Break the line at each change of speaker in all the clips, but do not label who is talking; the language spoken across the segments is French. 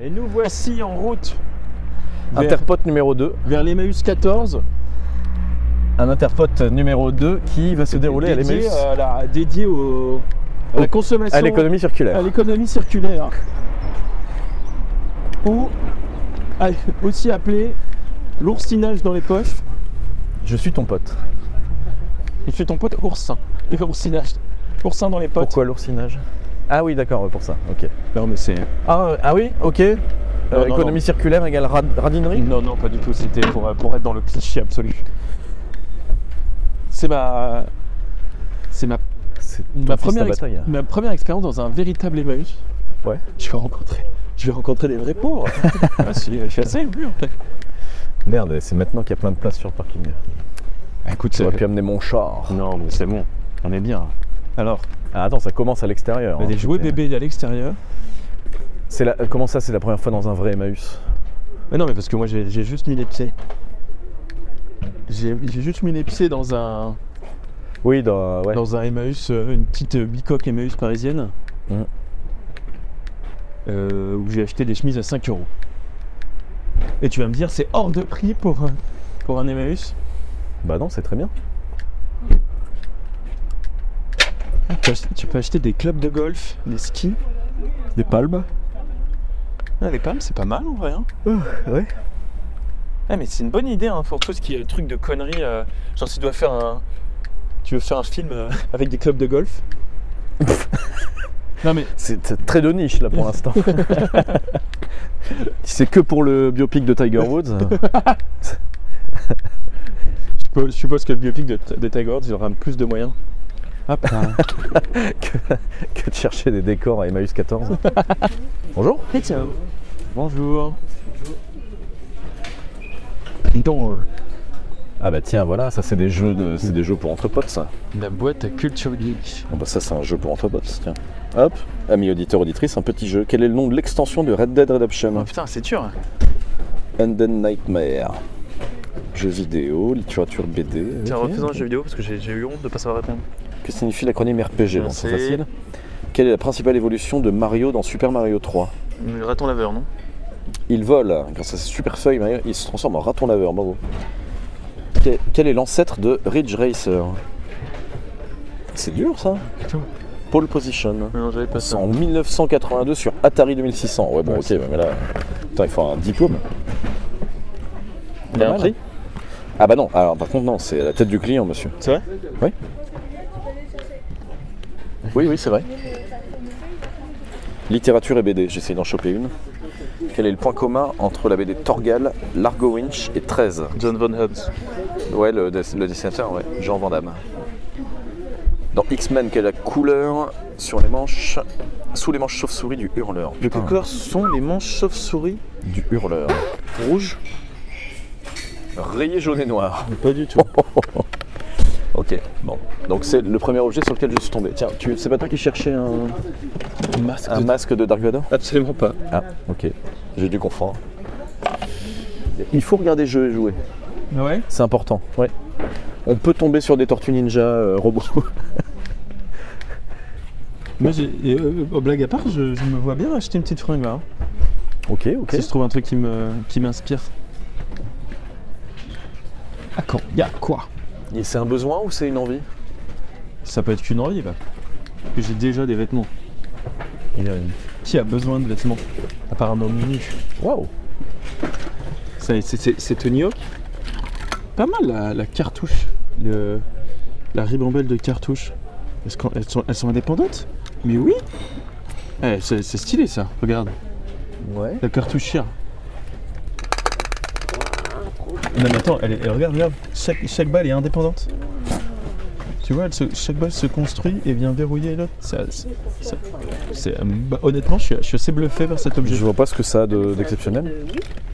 Et nous voici en route vers,
Interpote numéro 2.
vers l'Emmaüs 14.
Un interpote numéro 2 qui va se dérouler à
dédié,
l'Emmaüs.
euh, à la- dédié au- à la
Au-
consommation,
À l'économie circulaire.
à l'économie circulaire. Ou à- aussi appelé l'oursinage dans les poches.
Je suis ton pote.
Il fait ton pote oursin. Et oursinage. Oursin dans les potes.
Pourquoi l'oursinage Ah oui, d'accord, pour ça. Ok.
Non mais c'est.
Ah, euh, ah oui, ok. Euh,
non, non.
économie circulaire égale rad- radinerie
Non, non, pas du tout. C'était pour, euh, pour être dans le cliché absolu. C'est ma. C'est ma,
C'est
ma,
ton fils,
première
ta
ex-
bataille.
ma première expérience dans un véritable Emmaüs.
Ouais.
Je vais rencontrer. Je vais rencontrer des vrais pauvres. ah, si, je suis assez vu en fait.
Merde, c'est maintenant qu'il y a plein de places sur le parking.
Écoute,
J'aurais pu amener mon char.
Non, mais c'est bon. On est bien. Alors,
Ah, attends, ça commence à l'extérieur.
on a
hein.
des jouets bébés à l'extérieur.
C'est la... euh, Comment ça, c'est la première fois dans un vrai Emmaüs
Mais non, mais parce que moi j'ai j'ai juste mis les pieds. J'ai j'ai juste mis les pieds dans un.
Oui, dans... ouais.
dans un Emmaüs, euh, une petite euh, bicoque Emmaüs parisienne, Hum.
Mhm.
Euh, où j'ai acheté des chemises à 5 euros. Et tu vas me dire, c'est hors de prix pour, euh, pour un Emmaüs
Bah non, c'est très bien.
tu, ach- tu peux acheter des clubs de golf, des skis.
Des palmes
Ah, les palmes, c'est pas mal en vrai. hein.
Ouais.
Ah, mais c'est une bonne idée hein, pour tout ce qui est euh, truc de conneries. euh, genre, si tu dois faire un. Tu veux faire un film euh, avec des clubs de golf Non, mais
C'est c'est très de niche là pour l'instant. si c'est que pour le biopic de Tiger Woods, euh,
je peux- je suppose que le biopic de, de Tiger Woods, il aura plus de moyens. Ah,
que de chercher des décors à Emmaüs 14. Bonjour.
Bonjour.
Ah bah tiens, voilà, ça c'est des jeux, de- c'est des jeux pour entre potes ça.
La boîte à culture geek.
Bon bah ça c'est un jeu pour entre potes, tiens. Hop, amis auditeurs, auditrices, un petit jeu. Quel est le nom de l'extension de Red Dead Redemption
Oh, putain, c'est dur.
Undead Nightmare. Jeux vidéo, littérature BD.
Tiens,
ok.
refaisons un jeu vidéo parce que j'ai j'ai eu honte de pas savoir répondre.
Que signifie l'acronyme RPG Bon,
Merci.
c'est facile. Quelle est la principale évolution de Mario dans Super Mario 3
Le raton laveur, non
Il vole, grâce à ses super feuilles, Mario, il se transforme en raton laveur, bravo. Que- Quel est l'ancêtre de Ridge Racer C'est dur ça Pole Position.
Non, j'avais pas
C'est en 1982 sur Atari 2600. Ouais, bon,
Ouais,
ok, mais là, putain, il faut un diplôme.
Il y a
Pas
un
mal.
prix
Ah bah non, alors par contre, non, c'est la tête du client, monsieur.
C'est vrai
Oui, oui, c'est vrai. Littérature et BD, j'essaie d'en choper une. Quel est le point commun entre la BD Torgal, Largo Winch et 13
John Von Hobbs.
Ouais, le, dess- le dessinateur, ouais, Jean Van Damme. Dans X-Men, quelle est la couleur sur les manches, sous les manches chauve-souris du hurleur
Le couleur sont les manches chauve-souris
Du hurleur.
rouges
Rayé jaune et noir.
Pas du tout.
Ok, bon. Donc c'est le premier objet sur lequel je suis tombé. Tiens, tu c'est pas toi qui cherchais un,
Masque
un
de-
masque de Dark Vador
Ah, Absolument pas.
Ah, ok. J'ai dû confondre. Il faut regarder jeux et jouer.
Ah Ouais
C'est important. Ouais. On peut tomber sur des tortues ninja euh, robots.
Moi, j'ai- et, euh, au blague à part, je, je me vois bien acheter une petite fringue là. hein.
ok, ok.
Si je trouve un truc qui me qui m'inspire. Ah, quand y a quoi
Et c'est un besoin ou c'est une envie
Ça peut être qu'une envie, là. Parce que j'ai déjà des vêtements. Qui a besoin de vêtements À part un homme nu.
Waouh
Ça, C'est c'est- c'est Tony Hawk. Pas mal la, la cartouche. Le, la ribambelle de cartouche. Est-ce qu'en- elles, sont, elles sont indépendantes Mais oui Eh, C'est c'est stylé ça, regarde.
Ouais.
La cartouchière. Non mais attends, elle est- elle- regarde, regarde, chaque, chaque balle est indépendante. Tu vois, elle se- chaque balle se construit et vient verrouiller l'autre. Ça- ça- ça- c'est, euh, bah, honnêtement, je suis, je suis assez bluffé par cet objet.
Je vois pas ce que ça a de- d'exceptionnel.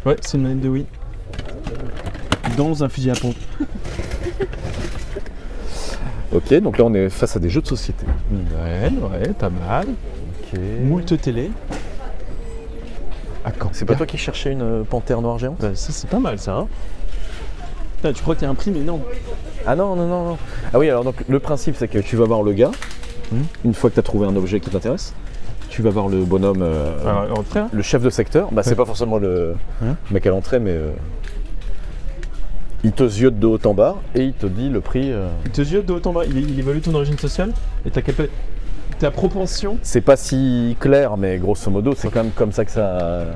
Ouais, c'est une manette de Wii. Dans un fusil à pompe.
Ok, donc là on est face à des jeux de société.
Ouais, ouais, pas mal.
Ok.
Moult télé. Ah, quand
C'est pas toi qui cherchais une euh, panthère noire géante
Bah, ça, c'est pas mal ça. Hein. Putain, tu crois qu'il y a un prix, mais non.
Ah non, non, non, non. Ah oui, alors donc le principe c'est que tu vas voir le gars,
Mhm.
une fois que tu as trouvé un objet qui t'intéresse, tu tu vas voir le bonhomme, euh,
Alors, entrer, là
le chef de secteur. Bah, c'est
Ah Ouais.
pas forcément le
Hein
mec à l'entrée, mais euh, il te ziote de haut en bas et il te dit le prix. euh,
Il te yeux de haut en bas, il, il évalue ton origine sociale et ta, capa- ta propension.
C'est pas si clair, mais grosso modo, c'est quand même comme ça que ça,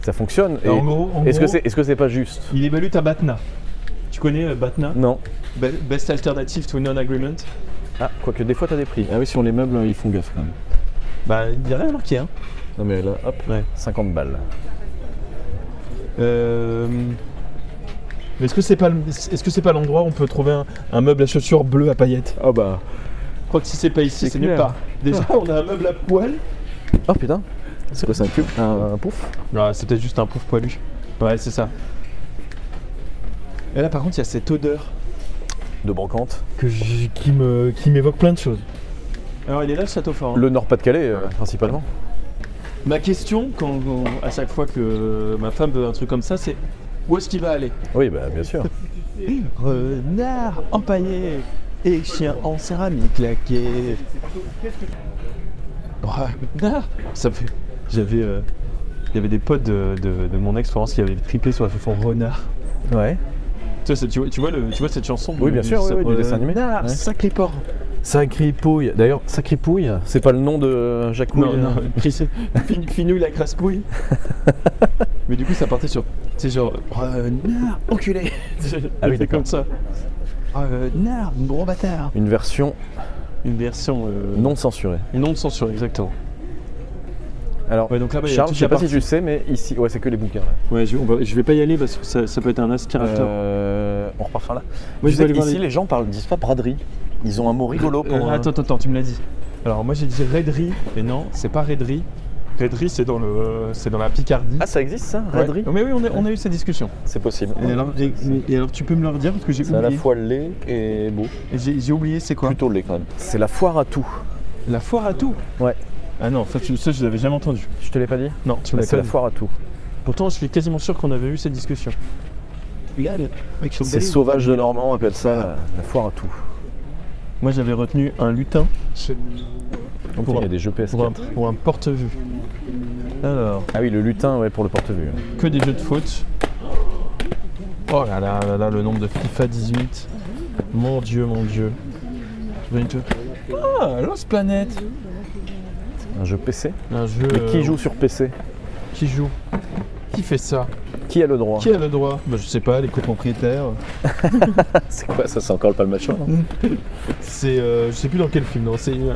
ça fonctionne. Et
en gros, en
est-ce que
gros,
c'est est-ce que c'est pas juste
il évalue ta BATNA. Tu connais euh, BATNA
Non.
Be- Best Alternative to Non-Agreement
Ah, quoique des fois t'as des prix. Ah oui, sur les meubles, ils font gaffe quand même.
Bah, il n'y a rien marqué, hein.
Non mais là, hop,
Ouais.
50 balles.
Euh, mais Est-ce que c'est pas, le- est-ce que c'est pas l'endroit où on peut trouver un, un meuble à chaussures bleues à paillettes
Ah bah.
Je crois que si c'est pas ici,
C'est
c'est nulle
clair.
part. Déjà, on a un meuble à poil.
Oh putain. C'est quoi, c'est un cube un, un pouf
Ah, c'est peut-être juste un pauvre poilu. Ouais, c'est ça. Et là, par contre, il y a cette odeur
De brocante.
que j'ai- qui me qui m'évoque plein de choses. Alors, il est là le château fort. hein.
Le Nord-Pas-de-Calais, euh, principalement.
Ma question, quand, quand- à chaque fois que ma femme veut un truc comme ça, c'est où est-ce qu'il va aller
Oui, bah bien sûr.
Renard empaillé et chien en céramique laqué. Renard Ça me fait. J'avais. euh, Il y avait des potes de, de- de mon ex Florence qui avaient triplé sur la chanson Renard.
ouais.
Tu, vois, c'est- tu vois- tu vois le- tu vois cette chanson
Oui, bien sûr, oui, oui, du
euh,
dessin animé.
Renard,
Ouais.
sacré porc
Sacripouille. D'ailleurs, Sacripouille, c'est pas le nom de Jacques euh,
Non, non, Chris, euh, fin- finou la crasse-pouille. Mais du coup, ça partait sur. C'est genre. Renard, enculé
Ah oui,
C'est
d'accord.
comme ça. Renard, gros bâtard
Une version
Une version. euh,
non censurée.
Non de censure, exactement.
Alors,
Ouais, donc là-bas, il y a
Charles,
toute
je sais
la
pas si
partie-
tu le sais, mais ici, ouais, c'est que les bouquins. Là.
Ouais, je, on va- je vais pas y aller parce que ça, ça peut être un
Ah,
aspirateur.
Euh, on repart par là.
Moi,
Tu
je vais
sais,
aller voir
ici,
les-
les gens parlent, disent pas braderie. Ils ont un mot rigolo pour.
Euh,
euh,
attends, attends, attends, tu me l'as dit. Alors moi j'ai dit raiderie, mais non, c'est pas raiderie. Raiderie, c'est dans le, euh, c'est dans la Picardie.
Ah, ça existe ça,
Ouais.
braderie
Mais oui, on a, on a eu cette discussion.
C'est possible.
Et alors, et- et alors, tu peux me le redire parce que j'ai
C'est à la
oublié.
fois laid et beau.
J'ai j'ai oublié, c'est quoi
Plutôt laid quand même. C'est la foire à tout.
La foire à tout.
Ouais.
Ah non, ça, tu- ça, je l'avais jamais entendu.
Je te l'ai pas dit
Non, tu
Bah,
l'as
C'est la
pas dit.
foire à tout.
Pourtant, je suis quasiment sûr qu'on avait eu cette discussion. Regarde, mec,
C'est sauvage de Normand, on appelle ça euh, la, la foire à tout.
Moi, j'avais retenu un lutin.
Donc
Pour-
il y a des jeux
Pour un,
PS4.
pour un porte-vue. Alors,
Ah oui, le lutin, ouais, pour le porte-vue.
que des jeux de faute. Oh là là là là, le nombre de FIFA 18. Mon dieu, mon dieu. Je vais une te- Ah, Lost Planet
Un jeu PC.
Un jeu.
Mais
euh,
qui joue sur PC
Qui joue Qui fait ça
Qui a le droit
Qui a le droit Bah, je sais pas, les copropriétaires.
C'est quoi ça C'est encore le palmachon hein
C'est. euh, je sais plus dans quel film, non C'est. euh,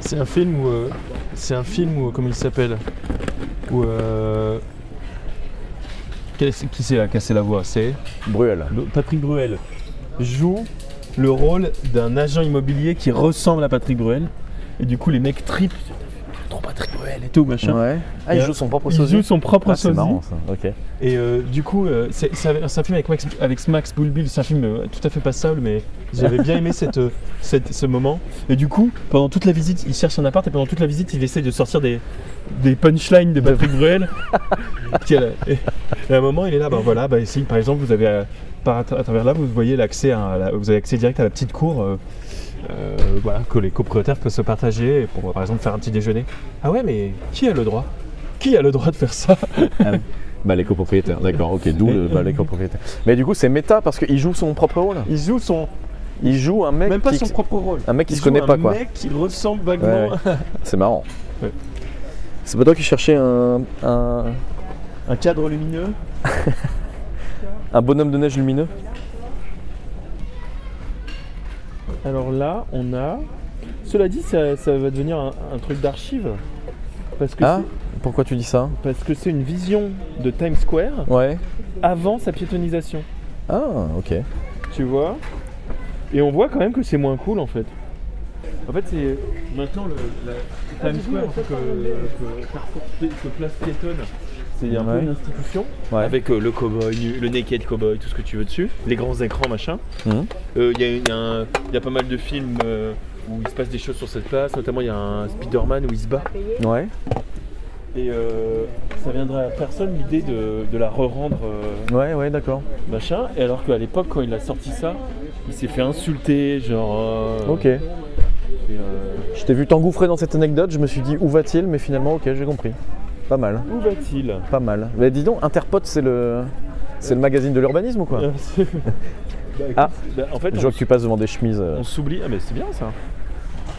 c'est un film où. euh, c'est un film où. Comment il s'appelle Où. euh, quel est- qui c'est là Casser la voix C'est.
Bruel.
Le- Patrick Bruel joue le rôle d'un agent immobilier qui ressemble à Patrick Bruel. Et du coup, les mecs tripent. Trop Patrick Bruel et tout, machin.
Ouais. Ah, il
Et,
joue son propre
Il
sosie
joue son propre
Ah, c'est
sosie.
marrant ça. Ok.
Et euh, du coup, euh, c'est c'est un c'est un film avec Max, avec Max Boulbil, c'est un film euh, tout à fait passable, mais j'avais bien aimé cette, euh, cette- ce moment. Et du coup, pendant toute la visite, il cherche un appart et pendant toute la visite, il essaie de sortir des, des punchlines de Patrick Bruel. Qui, euh, et, et à un moment, il est là, ben voilà, ben ici, par exemple, vous avez euh, par, à travers là, vous voyez l'accès, à la- vous avez accès direct à la petite cour. euh, euh, voilà, que les copropriétaires peuvent se partager pour euh, par exemple faire un petit déjeuner. Ah ouais, mais qui a le droit Qui a le droit de faire ça
Bah les copropriétaires, d'accord, ok, d'où le bah, les copropriétaires. Mais du coup c'est méta parce qu'il joue son propre rôle.
Il joue son,
Il joue un mec
Même pas
qui,
son propre rôle.
un mec qui
Il
se
joue
connaît
un
pas quoi.
mec qui ressemble vaguement
Ouais,
à
C'est marrant.
Ouais.
C'est pas toi qui cherchais un, un,
un cadre lumineux.
un bonhomme de neige lumineux
Alors là, on a. Cela dit, ça, ça va devenir un, un truc d'archive. Parce que
Ah
c'est-
Pourquoi tu dis ça
parce que c'est une vision de Times Square
Ouais.
avant sa piétonisation.
Ah ok.
Tu vois Et on voit quand même que c'est moins cool en fait. En fait, c'est maintenant le, la- Times Square en fait, que, que Carrefour- que Place Piétonne, c'est un
Ouais.
peu une institution.
Ouais.
Avec euh, le cowboy, nu- le naked cowboy, tout ce que tu veux dessus, les grands écrans, machin. Il
Mhm.
y, a, y a un- y a pas mal de films euh, où il se passe des choses sur cette place, notamment il y a un Spider-Man où il se bat.
Ouais.
Et euh, ça viendrait à personne l'idée de, de la re-rendre. euh,
Ouais ouais d'accord.
machin, et alors qu'à l'époque, quand il a sorti ça, il s'est fait insulter, genre. euh,
Ok.
et, euh,
Je Je t'ai vu t'engouffrer dans cette anecdote, je me suis dit où va-t-il, mais finalement, ok, j'ai compris. Pas mal,
Où va-t-il
pas mal. Mais dis donc, Interpote, c'est le, c'est le magazine de l'urbanisme ou quoi
Euh, c'est- Bah, écoute,
Ah.
bah, en fait,
Je vois
on,
que tu passes devant des chemises. euh,
on s'oublie. Ah, mais c'est bien ça.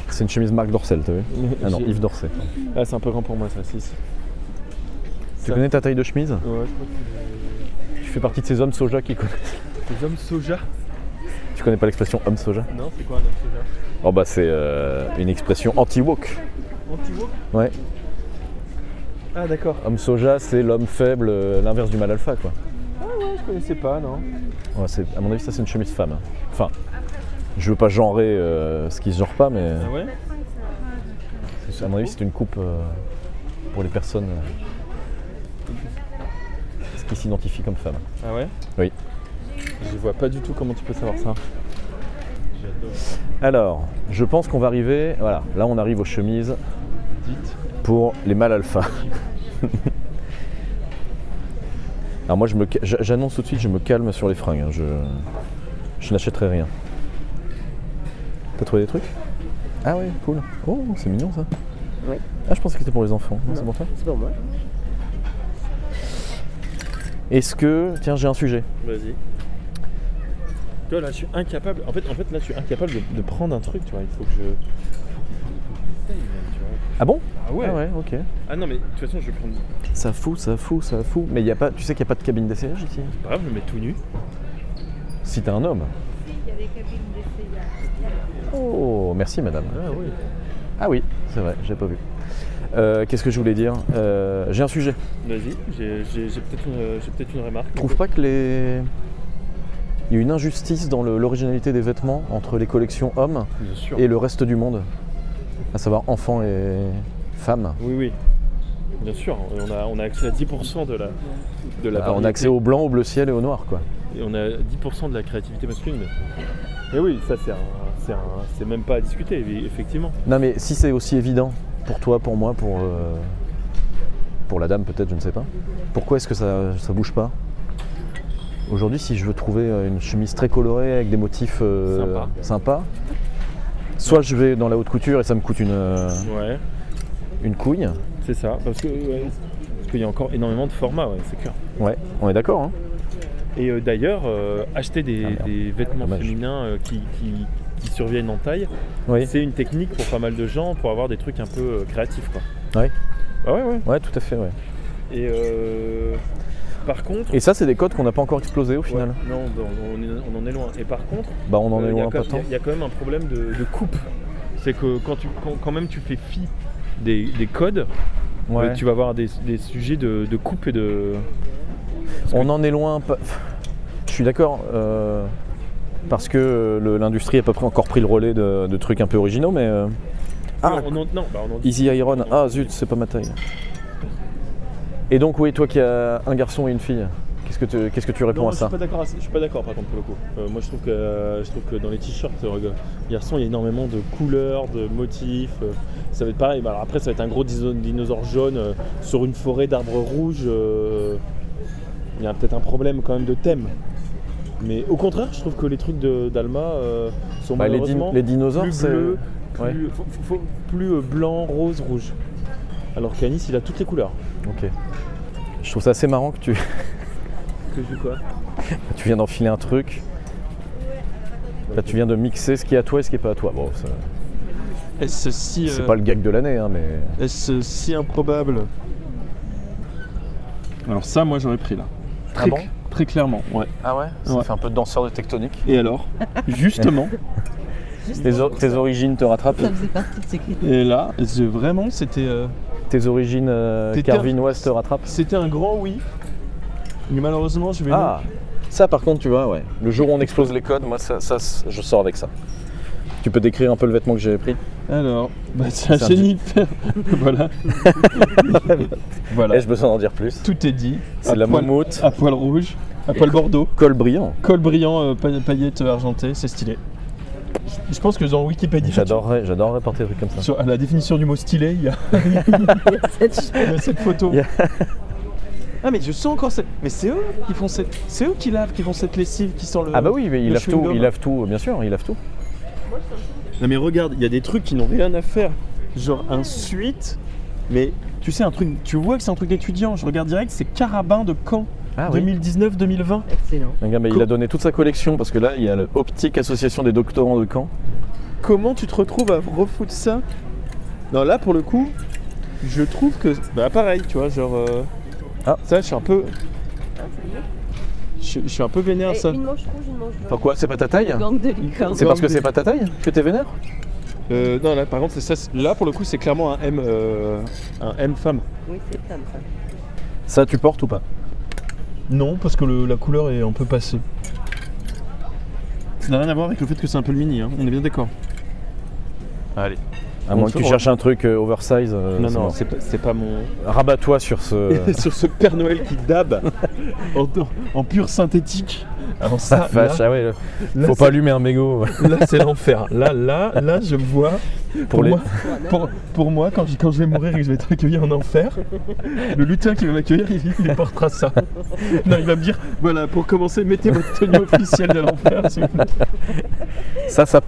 C'est une chemise Marc Dorcel, t'as vu Ah non,
J'ai-
Yves Dorcel.
Ah, c'est un peu grand pour moi ça, 6.
Tu connais ta taille de chemise
Ouais, je crois
Tu fais partie de ces hommes soja qui connaissent.
que les hommes soja.
Tu connais pas l'expression homme soja
Non, c'est quoi un homme soja
Oh bah c'est euh, une expression anti-woke.
Anti-woke
Ouais.
Ah, d'accord.
Homme soja, c'est l'homme faible, euh, l'inverse du mal alpha quoi.
Ouais, je connaissais pas, non.
Ouais, c'est, à mon avis, ça c'est une chemise femme. hein. Enfin, je veux pas genrer euh, ce qui se genre pas, mais
Ah ouais
à mon avis c'est une coupe euh, pour les personnes euh, qui s'identifient comme femmes.
Ah ouais
Oui.
Je vois pas du tout comment tu peux savoir ça. J'adore.
Alors, je pense qu'on va arriver. Voilà, là on arrive aux chemises
Dites.
pour les mâles alpha. Alors moi je me, ca- j'a- j'annonce tout de suite, je me calme sur les fringues. hein, Je, je n'achèterai rien. T'as trouvé des trucs Ah ouais, cool. Oh, c'est mignon ça.
Ouais.
Ah, je pensais que c'était pour les enfants. Non, C'est
Non.
pour toi
C'est pour moi.
Est-ce que tiens, j'ai un sujet.
Vas-y. Toi là, je suis incapable. En fait, en fait là, je suis incapable de, de prendre un truc, tu vois. Il faut que je. faut que je- faut
Ah bon
que je- Ah
Ah
ouais.
ouais, ok.
Ah non, mais de toute façon, je vais prendre.
Ça fout, ça fout, ça fout. Mais y a pas, tu sais qu'il n'y a pas de cabine d'essayage ici
C'est pas grave, je me mets tout nu.
Si t'es un homme.
Il y a des cabines d'essayage.
Oh, merci madame.
Ah oui.
Ah oui, c'est vrai, j'ai pas vu. Euh, Qu'est-ce que je voulais dire Euh, J'ai un sujet.
Vas-y, j'ai- j'ai j'ai peut-être une, j'ai peut-être une remarque.
Tu trouves pas que les. Il y a une injustice dans le- l'originalité des vêtements entre les collections hommes
Bien sûr.
et le reste du monde À savoir enfants et femmes.
Oui, oui. Bien sûr, on a, on a accès à 10% de la, de la
Bah, on a
variété.
accès au blanc, au bleu ciel et au noir, quoi.
Et on a 10% de la créativité masculine. Et oui, ça c'est un- c'est un- c'est même pas à discuter, évi- effectivement.
Non, mais si c'est aussi évident pour toi, pour moi, pour. euh, pour la dame, peut-être, je ne sais pas. Pourquoi est-ce que ça, ça bouge pas Aujourd'hui, si je veux trouver euh, une chemise très colorée avec des motifs euh,
Sympa.
sympas, soit je vais dans la haute couture et ça me coûte une, euh,
Ouais,
une couille.
c'est ça. Parce que ouais, parce qu'il y a encore énormément de formats, ouais, c'est clair.
Ouais, on est d'accord, hein
Et euh, d'ailleurs, euh, acheter des,
Ah, merde.
des vêtements
Dommage.
féminins euh, qui, qui- qui surviennent en taille,
Oui.
c'est une technique pour pas mal de gens pour avoir des trucs un peu euh, créatifs, quoi.
Ouais.
Ah ouais, ouais.
Ouais, tout à fait, ouais.
Et euh, par contre.
Et ça, c'est des codes qu'on n'a pas encore explosés au final.
Ouais, non, on, on est- on en est loin. Et par contre,
Bah, on en
euh,
est
il y a
loin,
quand-
pas tant.
il y, a quand même un problème de, de coupe. C'est que quand, tu, quand, quand même tu fais fi des, des codes,
Ouais.
euh, tu vas avoir des, des sujets de, de coupe et de.
On en est loin. pas- Je suis d'accord. euh, Parce que euh, le- l'industrie a pas pris- encore pris le relais de, de trucs un peu originaux, mais euh, Ah.
Non, on en- non, bah, on en dit.
Easy Iron, ah zut, c'est pas ma taille. Et donc, oui, toi qui as un garçon et une fille, qu'est-ce que tu, qu'est-ce que tu réponds
Non,
à
je
ça
suis pas d'accord. à ça- Je suis pas d'accord par contre pour le coup. Euh, moi, je trouve que euh, je trouve que dans les t-shirts euh, garçons, il y a énormément de couleurs, de motifs. euh, ça va être pareil. Bah, alors après, ça va être un gros diso- dinosaure jaune euh, sur une forêt d'arbres rouges. euh, il y a peut-être un problème quand même de thème. Mais au contraire, je trouve que les trucs de- d'Alma euh, sont
Bah, les, din-
malheureusement
les dinosaures,
plus
c'est.
bleus,
ouais.
plus, faut- faut- plus, euh, blanc, rose, rouge. Alors qu'Anis, il a toutes les couleurs.
Ok. Je trouve ça assez marrant que tu,
Que je quoi
tu viens d'enfiler un truc. Là, tu viens de mixer ce qui est à toi et ce qui est pas à toi. Bon, ça-
Est-ce si,
c'est pas le gag de l'année, hein, mais.
Est-ce si improbable Alors ça, moi, j'aurais pris là. Très,
Ah bon
cl- très clairement, ouais.
Ah ouais Ça
Ouais.
fait un peu de danseur de tectonique.
Et alors Justement,
Tes, o- tes origines te rattrapent
Ça faisait partie de ces critères.
et là, je- vraiment, c'était euh,
Tes origines euh,
T'étais-
carvinoises te rattrapent
c'était un grand oui. Mais malheureusement, je vais...
Ah Ça par contre, tu vois, ouais. Le jour où on explose les codes, moi, ça, ça, c- je sors avec ça. Tu peux décrire un peu le vêtement que j'ai pris
non. Alors, bah, c'est
C'est
un
un
génie de faire. voilà. voilà.
Eh, je peux en dire plus.
Tout est dit.
C'est de la
poil,
moumoute,
à poil rouge, à poil bordeaux,
col brillant.
col brillant, euh, pa- paillettes argentées, c'est stylé. Je- Je pense que dans Wikipédia, tu-
J'adorerais, j'adorerais porter des trucs comme ça.
sur à la définition du mot stylé, il y a Il y a cette photo.
Il y a-
Ah mais je sens encore cette. Mais c'est eux qui font cette. C'est eux qui lavent, qui font cette lessive, qui sent le.
Ah bah oui, mais ils
Le
lavent tout,
chewing-gum.
ils lavent tout, bien sûr, ils lavent tout.
Non mais regarde, il y a des trucs qui n'ont rien à faire. Genre un suite, mais tu sais un truc, tu vois que c'est un truc d'étudiant. Je regarde direct, c'est Carabin de Caen,
Ah
2019-2020.
Excellent.
mais il a donné toute sa collection parce que là, il y a l'Optique Association des Doctorants de Caen.
Comment tu te retrouves à refoutre ça Non là pour le coup, je trouve que bah pareil, tu vois, genre euh,
Ah.
ça, je suis un peu, je, je suis un peu vénère à
Et
ça.
Eh, Une manche rouge, une manche bleue.
Pourquoi C'est pas ta taille
Gang de licorne.
C'est parce que c'est pas ta taille que t'es vénère
Euh, non là par contre c'est ça, c'est- là pour le coup c'est clairement un M, euh, un M femme.
Oui, c'est femme, ça.
Ça, tu portes ou pas
Non, parce que le- la couleur est un peu passée. Ça n'a rien à voir avec le fait que c'est un peu le mini, hein, on est bien d'accord.
Allez. À
On
moins
se-
que tu
on-
cherches un truc euh, oversize. euh,
non,
c'est
non,
mort.
c'est pas, c'est pas mon.
Rabat-toi sur ce.
Sur ce Père Noël qui dabe en, en pur synthétique. Alors
Ah,
ça,
vache, ah ouais,
là,
faut pas allumer un mégot.
c'est- là, c'est l'enfer. Là, là, là, je me vois. Pour,
les-
moi, pour, pour moi, quand je, quand je vais mourir et que je vais être accueilli en enfer, le lutin qui va m'accueillir, il, il portera ça. Non, il va me dire voilà, pour commencer, mettez votre tenue officielle de l'enfer. s'il vous plaît.
Ça, ça,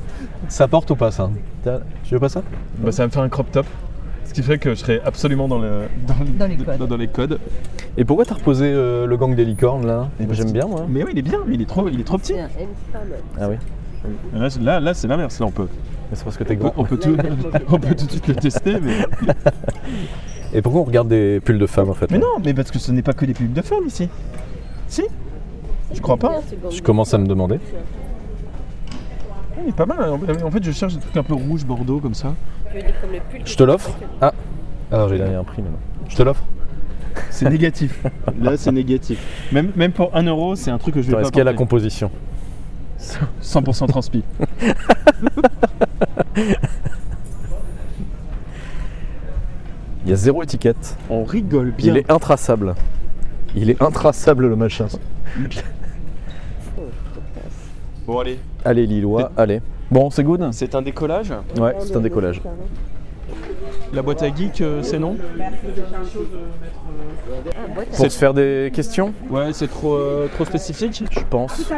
ça porte ou pas ça T'as- Tu veux pas ça
Bah, ça va me faire un crop top. Ce qui fait que je serai absolument dans, le, dans,
Dans les codes.
dans- dans les codes.
Et pourquoi t'as reposé euh, le gang des licornes là
Eh ben,
J'aime
c'est-
bien moi.
Mais oui, il est bien, mais il est trop, il est trop petit.
C'est un M femme.
Ah oui.
Là, c'est- là, là, c'est l'inverse, là on peut.
Mais C'est parce que t'es
On peut,
grand.
on peut tout, on peut tout de suite le tester, mais.
Et pourquoi on regarde des pulls de femmes en fait
Mais
là
non, mais parce que ce n'est pas que des pubs de femmes ici. Si Je crois pas.
Je commence à me demander.
Ouais, Il est pas mal. hein. En fait, je cherche des trucs un peu rouge, bordeaux comme ça.
Je te l'offre Ah Alors j'ai donné un prix maintenant. Je te l'offre
C'est négatif. Là, c'est négatif. Même, même pour 1 euro, c'est un truc que je vais
Attends,
pas
Est-ce qu'il y a la
porter.
composition
100% transpi.
Il y a zéro étiquette.
On rigole bien.
Il est intraçable. Il est intraçable le machin.
Bon, allez,
Allez Lillois, allez. Bon c'est good
c'est un décollage.
Ouais, c'est un décollage.
La boîte à geek, euh, c'est non
Pour se faire des questions
Ouais, c'est trop, euh, trop spécifique.
Je pense.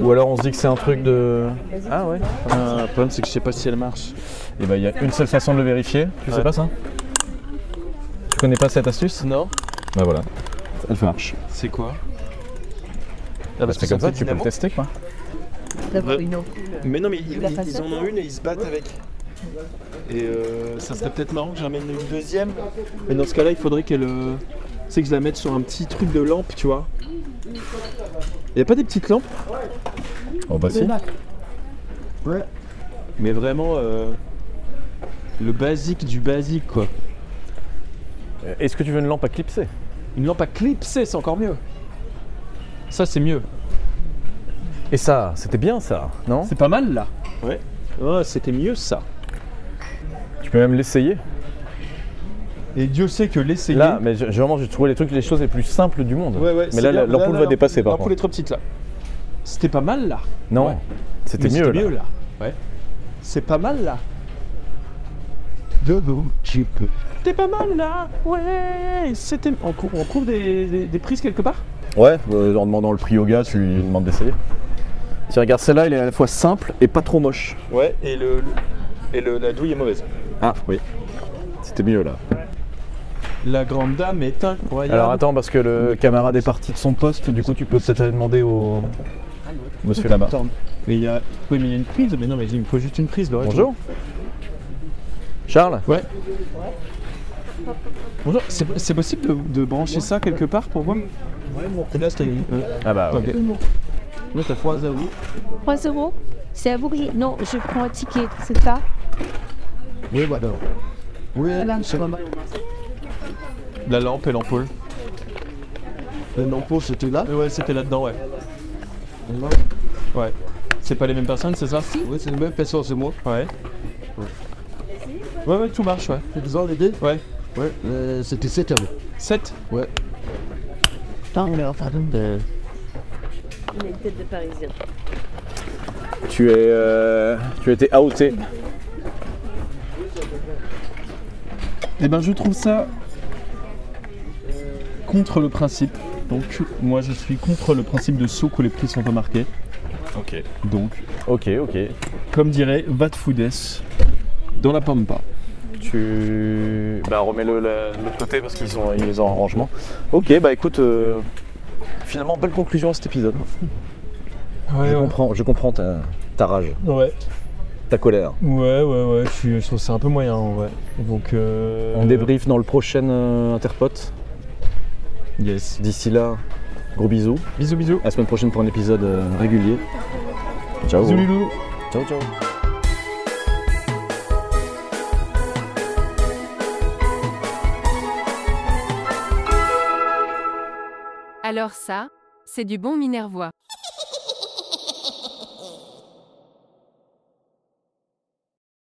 Ou alors on se dit que c'est un truc de. Ah ouais
Ah, le problème, c'est que je sais pas si elle marche.
Et bah il y a une seule façon de le vérifier. Tu
Ouais.
sais pas ça Tu connais pas cette astuce
Non
Bah voilà. Elle marche.
C'est quoi
Parce que comme Ah, bah, ça tu peux le tester quoi.
D'avoir une ampoule.
Mais non, mais ils,
La
ils- ils
facette,
en ont
là.
une et ils se battent avec. Et euh, ça serait peut-être marrant que j'amène une deuxième. Mais dans ce cas-là, il faudrait qu'elle. euh, Tu sais, que je la mette sur un petit truc de lampe, tu vois. Il a pas des petites lampes
Oh bah si.
Ouais. Mais vraiment, euh, le basique du basique, quoi.
Est-ce que tu veux une lampe à clipser
Une lampe à clipser, c'est encore mieux. Ça, c'est mieux.
Et ça, c'était bien ça, non
C'est pas mal, là. Ouais. Oh, c'était mieux, ça.
Tu peux même l'essayer.
Et Dieu sait que l'essayer.
Là, mais je- vraiment j'ai trouvé les trucs les choses les plus simples du monde.
Ouais, ouais,
mais
c'est
là
bien.
la- l'ampoule va dépasser par
L'ampoule est
contre.
trop petite, là. C'était pas mal, là.
Non.
Ouais.
C'était
Mais
mieux là.
Ouais. C'est pas mal là. Devant tu peux. T'es pas mal là Ouais C'était. On, cou- on trouve des, des- des prises quelque part
Ouais, euh, en demandant le prix au gars, tu lui demandes d'essayer. Tiens, regarde celle-là, elle est à la fois simple et pas trop moche.
Ouais, et le. Et la douille est mauvaise.
Ah oui. C'était mieux là.
La grande dame est incroyable.
Alors attends, parce que le camarade est parti de son poste, du coup tu peux peut-être aller demander au monsieur là-bas.
Mais il y a. Oui mais il y a une prise, mais non mais il me faut juste une prise, Laurette.
Bonjour. Charles
Ouais. Bonjour, c'est c'est possible de, de brancher ça quelque part pour voir Ouais, là c'était. euh,
Ah bah
ok. Là t'as froid à vous.
3 euros C'est à vous que je... Non, je prends un ticket, c'est ça
Oui, voilà. Oui, La lampe et l'ampoule.
Mais non, pour c'était là.
Euh, Ouais, c'était là-dedans, ouais. Ouais. C'est pas les mêmes personnes, c'est ça
Oui, c'est le même personne, c'est moi.
Ouais. Ouais, ouais, tout marche, ouais.
C'est bizarre l'idée
Ouais.
Ouais. Euh, c'était 7 euros.
7
Ouais.
Il a une tête de parisien.
Tu es. euh, tu as été outé.
Eh ben, je trouve ça contre le principe. Donc, moi, je suis contre le principe de saut où les prix sont pas marqués. Ok. Donc,
Ok, ok.
comme dirait Vatfoudes, dans la Pampa.
Tu. Bah, remets-le la- de l'autre côté parce qu'ils ont, ils ont en rangement. Ok, bah écoute, euh, finalement, belle conclusion à cet épisode. je, comprends, je comprends ta, ta rage,
Ouais.
ta colère.
Ouais, ouais, ouais, je, suis- je trouve que c'est un peu moyen, en vrai. Donc, euh,
On débrief dans le prochain euh, Interpote.
Yes.
D'ici là, gros bisous.
Bisous, bisous.
À la semaine prochaine pour un épisode euh, régulier. Ciao.
Bisous, loulou.
Ciao, ciao.
Alors ça, c'est du bon Minervois.